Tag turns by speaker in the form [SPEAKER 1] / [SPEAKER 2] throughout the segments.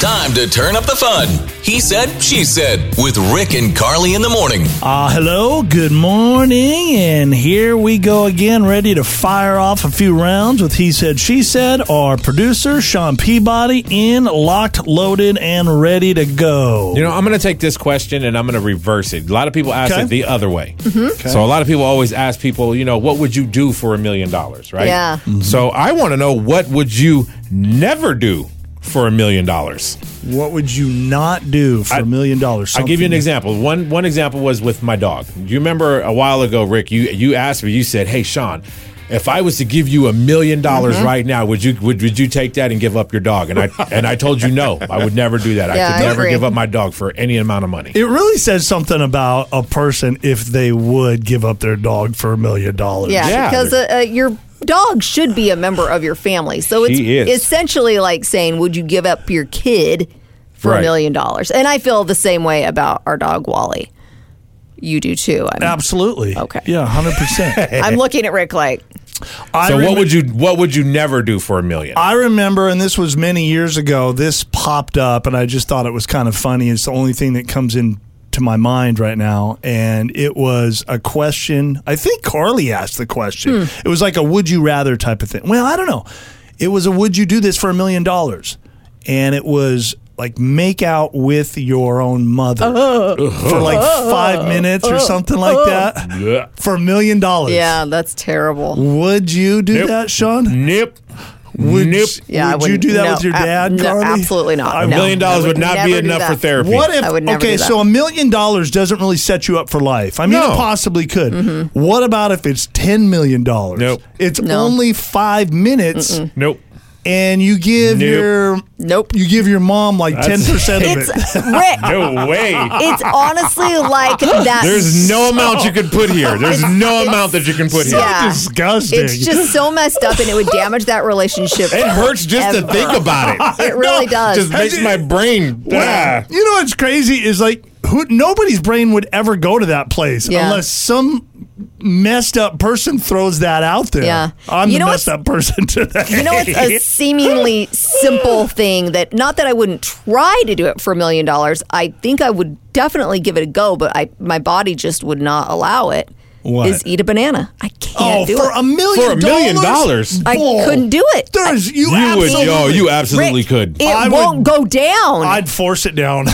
[SPEAKER 1] Time to turn up the fun. He said, she said, with Rick and Carly in the morning.
[SPEAKER 2] Uh, hello, good morning, and here we go again, ready to fire off a few rounds with He Said, She Said, our producer, Sean Peabody, in, locked, loaded, and ready to go.
[SPEAKER 3] You know, I'm going to take this question and I'm going to reverse it. A lot of people ask
[SPEAKER 2] Okay. Mm-hmm.
[SPEAKER 3] it the other way. So a lot of people always ask people, you know, what would you do for a million dollars, right? Mm-hmm.
[SPEAKER 4] Yeah.
[SPEAKER 3] So I want to know what would you never do for a million dollars?
[SPEAKER 2] What would you not do for a million dollars?
[SPEAKER 3] I'll give you an
[SPEAKER 2] Something-
[SPEAKER 3] example. One one example was with my dog. You remember a while ago, Rick? You you asked me. You said, "Hey, Sean." If I was to give you a million dollars
[SPEAKER 2] Mm-hmm.
[SPEAKER 3] right now, would you would, would you take that and give up your dog? And I and I told you no, I would never do that.
[SPEAKER 4] Yeah,
[SPEAKER 3] I could
[SPEAKER 4] I
[SPEAKER 3] never
[SPEAKER 4] agree.
[SPEAKER 3] give up my dog for any amount of money.
[SPEAKER 2] It really says something about a person if they would give up their dog for a million dollars.
[SPEAKER 4] Yeah,
[SPEAKER 3] Yeah.
[SPEAKER 4] because uh, uh, your dog should be a member of your family. So it's
[SPEAKER 3] She is.
[SPEAKER 4] essentially like saying, would you give up your kid for
[SPEAKER 3] Right.
[SPEAKER 4] a million dollars? And I feel the same way about our dog, Wally. You do too. I'm,
[SPEAKER 2] Absolutely.
[SPEAKER 4] Okay.
[SPEAKER 2] Yeah, 100%.
[SPEAKER 4] I'm looking at Rick like,
[SPEAKER 2] I
[SPEAKER 3] So what
[SPEAKER 2] remember-
[SPEAKER 3] would you what would you never do for a million?
[SPEAKER 2] I remember, and this was many years ago, this popped up, and I just thought it was kind of funny. It's the only thing that comes in to my mind right now. And it was a question. I think Carly asked the question. It was like a would you rather type of thing. Well, I don't know. It was a would you do this for a million dollars? And it was like make out with your own mother for like five minutes or something like that for a million dollars.
[SPEAKER 4] yeah, that's terrible.
[SPEAKER 2] Would you do
[SPEAKER 3] Nope.
[SPEAKER 2] that, Sean?
[SPEAKER 3] Nip.
[SPEAKER 2] Would,
[SPEAKER 3] Nip.
[SPEAKER 4] Yeah, I
[SPEAKER 2] would you
[SPEAKER 4] wouldn't-
[SPEAKER 2] do that
[SPEAKER 4] no,
[SPEAKER 2] with your
[SPEAKER 4] ab-
[SPEAKER 2] dad,
[SPEAKER 4] no,
[SPEAKER 2] Carly?
[SPEAKER 4] absolutely not.
[SPEAKER 2] A
[SPEAKER 3] A
[SPEAKER 4] No,
[SPEAKER 3] million
[SPEAKER 4] I
[SPEAKER 3] dollars
[SPEAKER 4] would
[SPEAKER 3] would not be
[SPEAKER 4] never do
[SPEAKER 3] enough for
[SPEAKER 4] that.
[SPEAKER 3] therapy.
[SPEAKER 2] What if
[SPEAKER 4] I would never
[SPEAKER 2] okay?
[SPEAKER 4] do that.
[SPEAKER 2] So a million dollars doesn't really set you up for life. I mean,
[SPEAKER 3] No.
[SPEAKER 2] it possibly could. What about if it's ten million dollars?
[SPEAKER 3] Nope.
[SPEAKER 2] It's
[SPEAKER 4] Mm-hmm. No.
[SPEAKER 2] only five minutes,
[SPEAKER 3] Nope.
[SPEAKER 2] and you give
[SPEAKER 3] Nope.
[SPEAKER 2] your
[SPEAKER 4] Nope.
[SPEAKER 2] you give your mom like ten percent of
[SPEAKER 4] It's
[SPEAKER 2] it.
[SPEAKER 4] Rick.
[SPEAKER 3] No way.
[SPEAKER 4] It's honestly like that.
[SPEAKER 3] There's no amount you could put here. There's no amount that you can put here.
[SPEAKER 4] Yeah.
[SPEAKER 2] Disgusting.
[SPEAKER 4] It's just so messed up, and it would damage that relationship.
[SPEAKER 3] It hurts just
[SPEAKER 4] forever.
[SPEAKER 3] to think about it.
[SPEAKER 4] It really does.
[SPEAKER 3] Just makes my brain.
[SPEAKER 2] Well,
[SPEAKER 3] Ah.
[SPEAKER 2] You know what's crazy is like who nobody's brain would ever go to that place
[SPEAKER 4] Yeah.
[SPEAKER 2] unless some messed up person throws that out there.
[SPEAKER 4] Yeah.
[SPEAKER 2] I'm
[SPEAKER 4] You
[SPEAKER 2] the
[SPEAKER 4] know
[SPEAKER 2] messed up person today.
[SPEAKER 4] You know, it's a seemingly simple thing that not that I wouldn't try to do it for a million dollars. I think I would definitely give it a go, but I my body just would not allow it. Is
[SPEAKER 2] What?
[SPEAKER 4] eat a banana? I can't
[SPEAKER 2] oh,
[SPEAKER 4] do
[SPEAKER 2] for
[SPEAKER 4] it.
[SPEAKER 2] a million
[SPEAKER 3] For a million dollars?
[SPEAKER 4] I
[SPEAKER 2] Bull.
[SPEAKER 4] couldn't do it.
[SPEAKER 2] There's you,
[SPEAKER 3] You would,
[SPEAKER 2] absolutely.
[SPEAKER 3] oh, you absolutely
[SPEAKER 4] Rick,
[SPEAKER 3] could.
[SPEAKER 4] It
[SPEAKER 2] I would-
[SPEAKER 4] won't go down.
[SPEAKER 2] I'd force it down.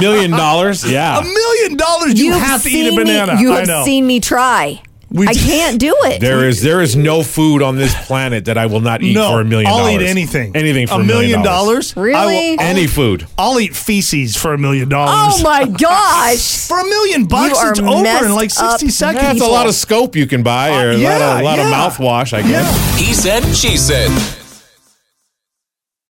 [SPEAKER 3] million dollars? Yeah.
[SPEAKER 2] a million dollars. You
[SPEAKER 4] You've
[SPEAKER 2] have to eat
[SPEAKER 4] seen
[SPEAKER 2] a
[SPEAKER 4] me-
[SPEAKER 2] banana.
[SPEAKER 4] you
[SPEAKER 2] I
[SPEAKER 4] have
[SPEAKER 2] know.
[SPEAKER 4] seen me try.
[SPEAKER 2] We-
[SPEAKER 4] I can't do it.
[SPEAKER 3] There is there is no food on this planet that I will not eat
[SPEAKER 2] no,
[SPEAKER 3] for a million
[SPEAKER 2] I'll eat
[SPEAKER 3] dollars.
[SPEAKER 2] anything.
[SPEAKER 3] Anything for
[SPEAKER 2] a million dollars. I will-
[SPEAKER 4] Really?
[SPEAKER 2] I'll-
[SPEAKER 3] Any food.
[SPEAKER 2] I'll eat feces for a million dollars.
[SPEAKER 4] oh my gosh.
[SPEAKER 2] For a million bucks,
[SPEAKER 4] are
[SPEAKER 2] it's over in
[SPEAKER 4] messed
[SPEAKER 2] like sixty
[SPEAKER 4] up
[SPEAKER 2] seconds.
[SPEAKER 3] That's a lot of scope you can buy or a lot,
[SPEAKER 2] yeah,
[SPEAKER 3] of, a lot
[SPEAKER 2] yeah.
[SPEAKER 3] of mouthwash, I guess.
[SPEAKER 1] He said, she said.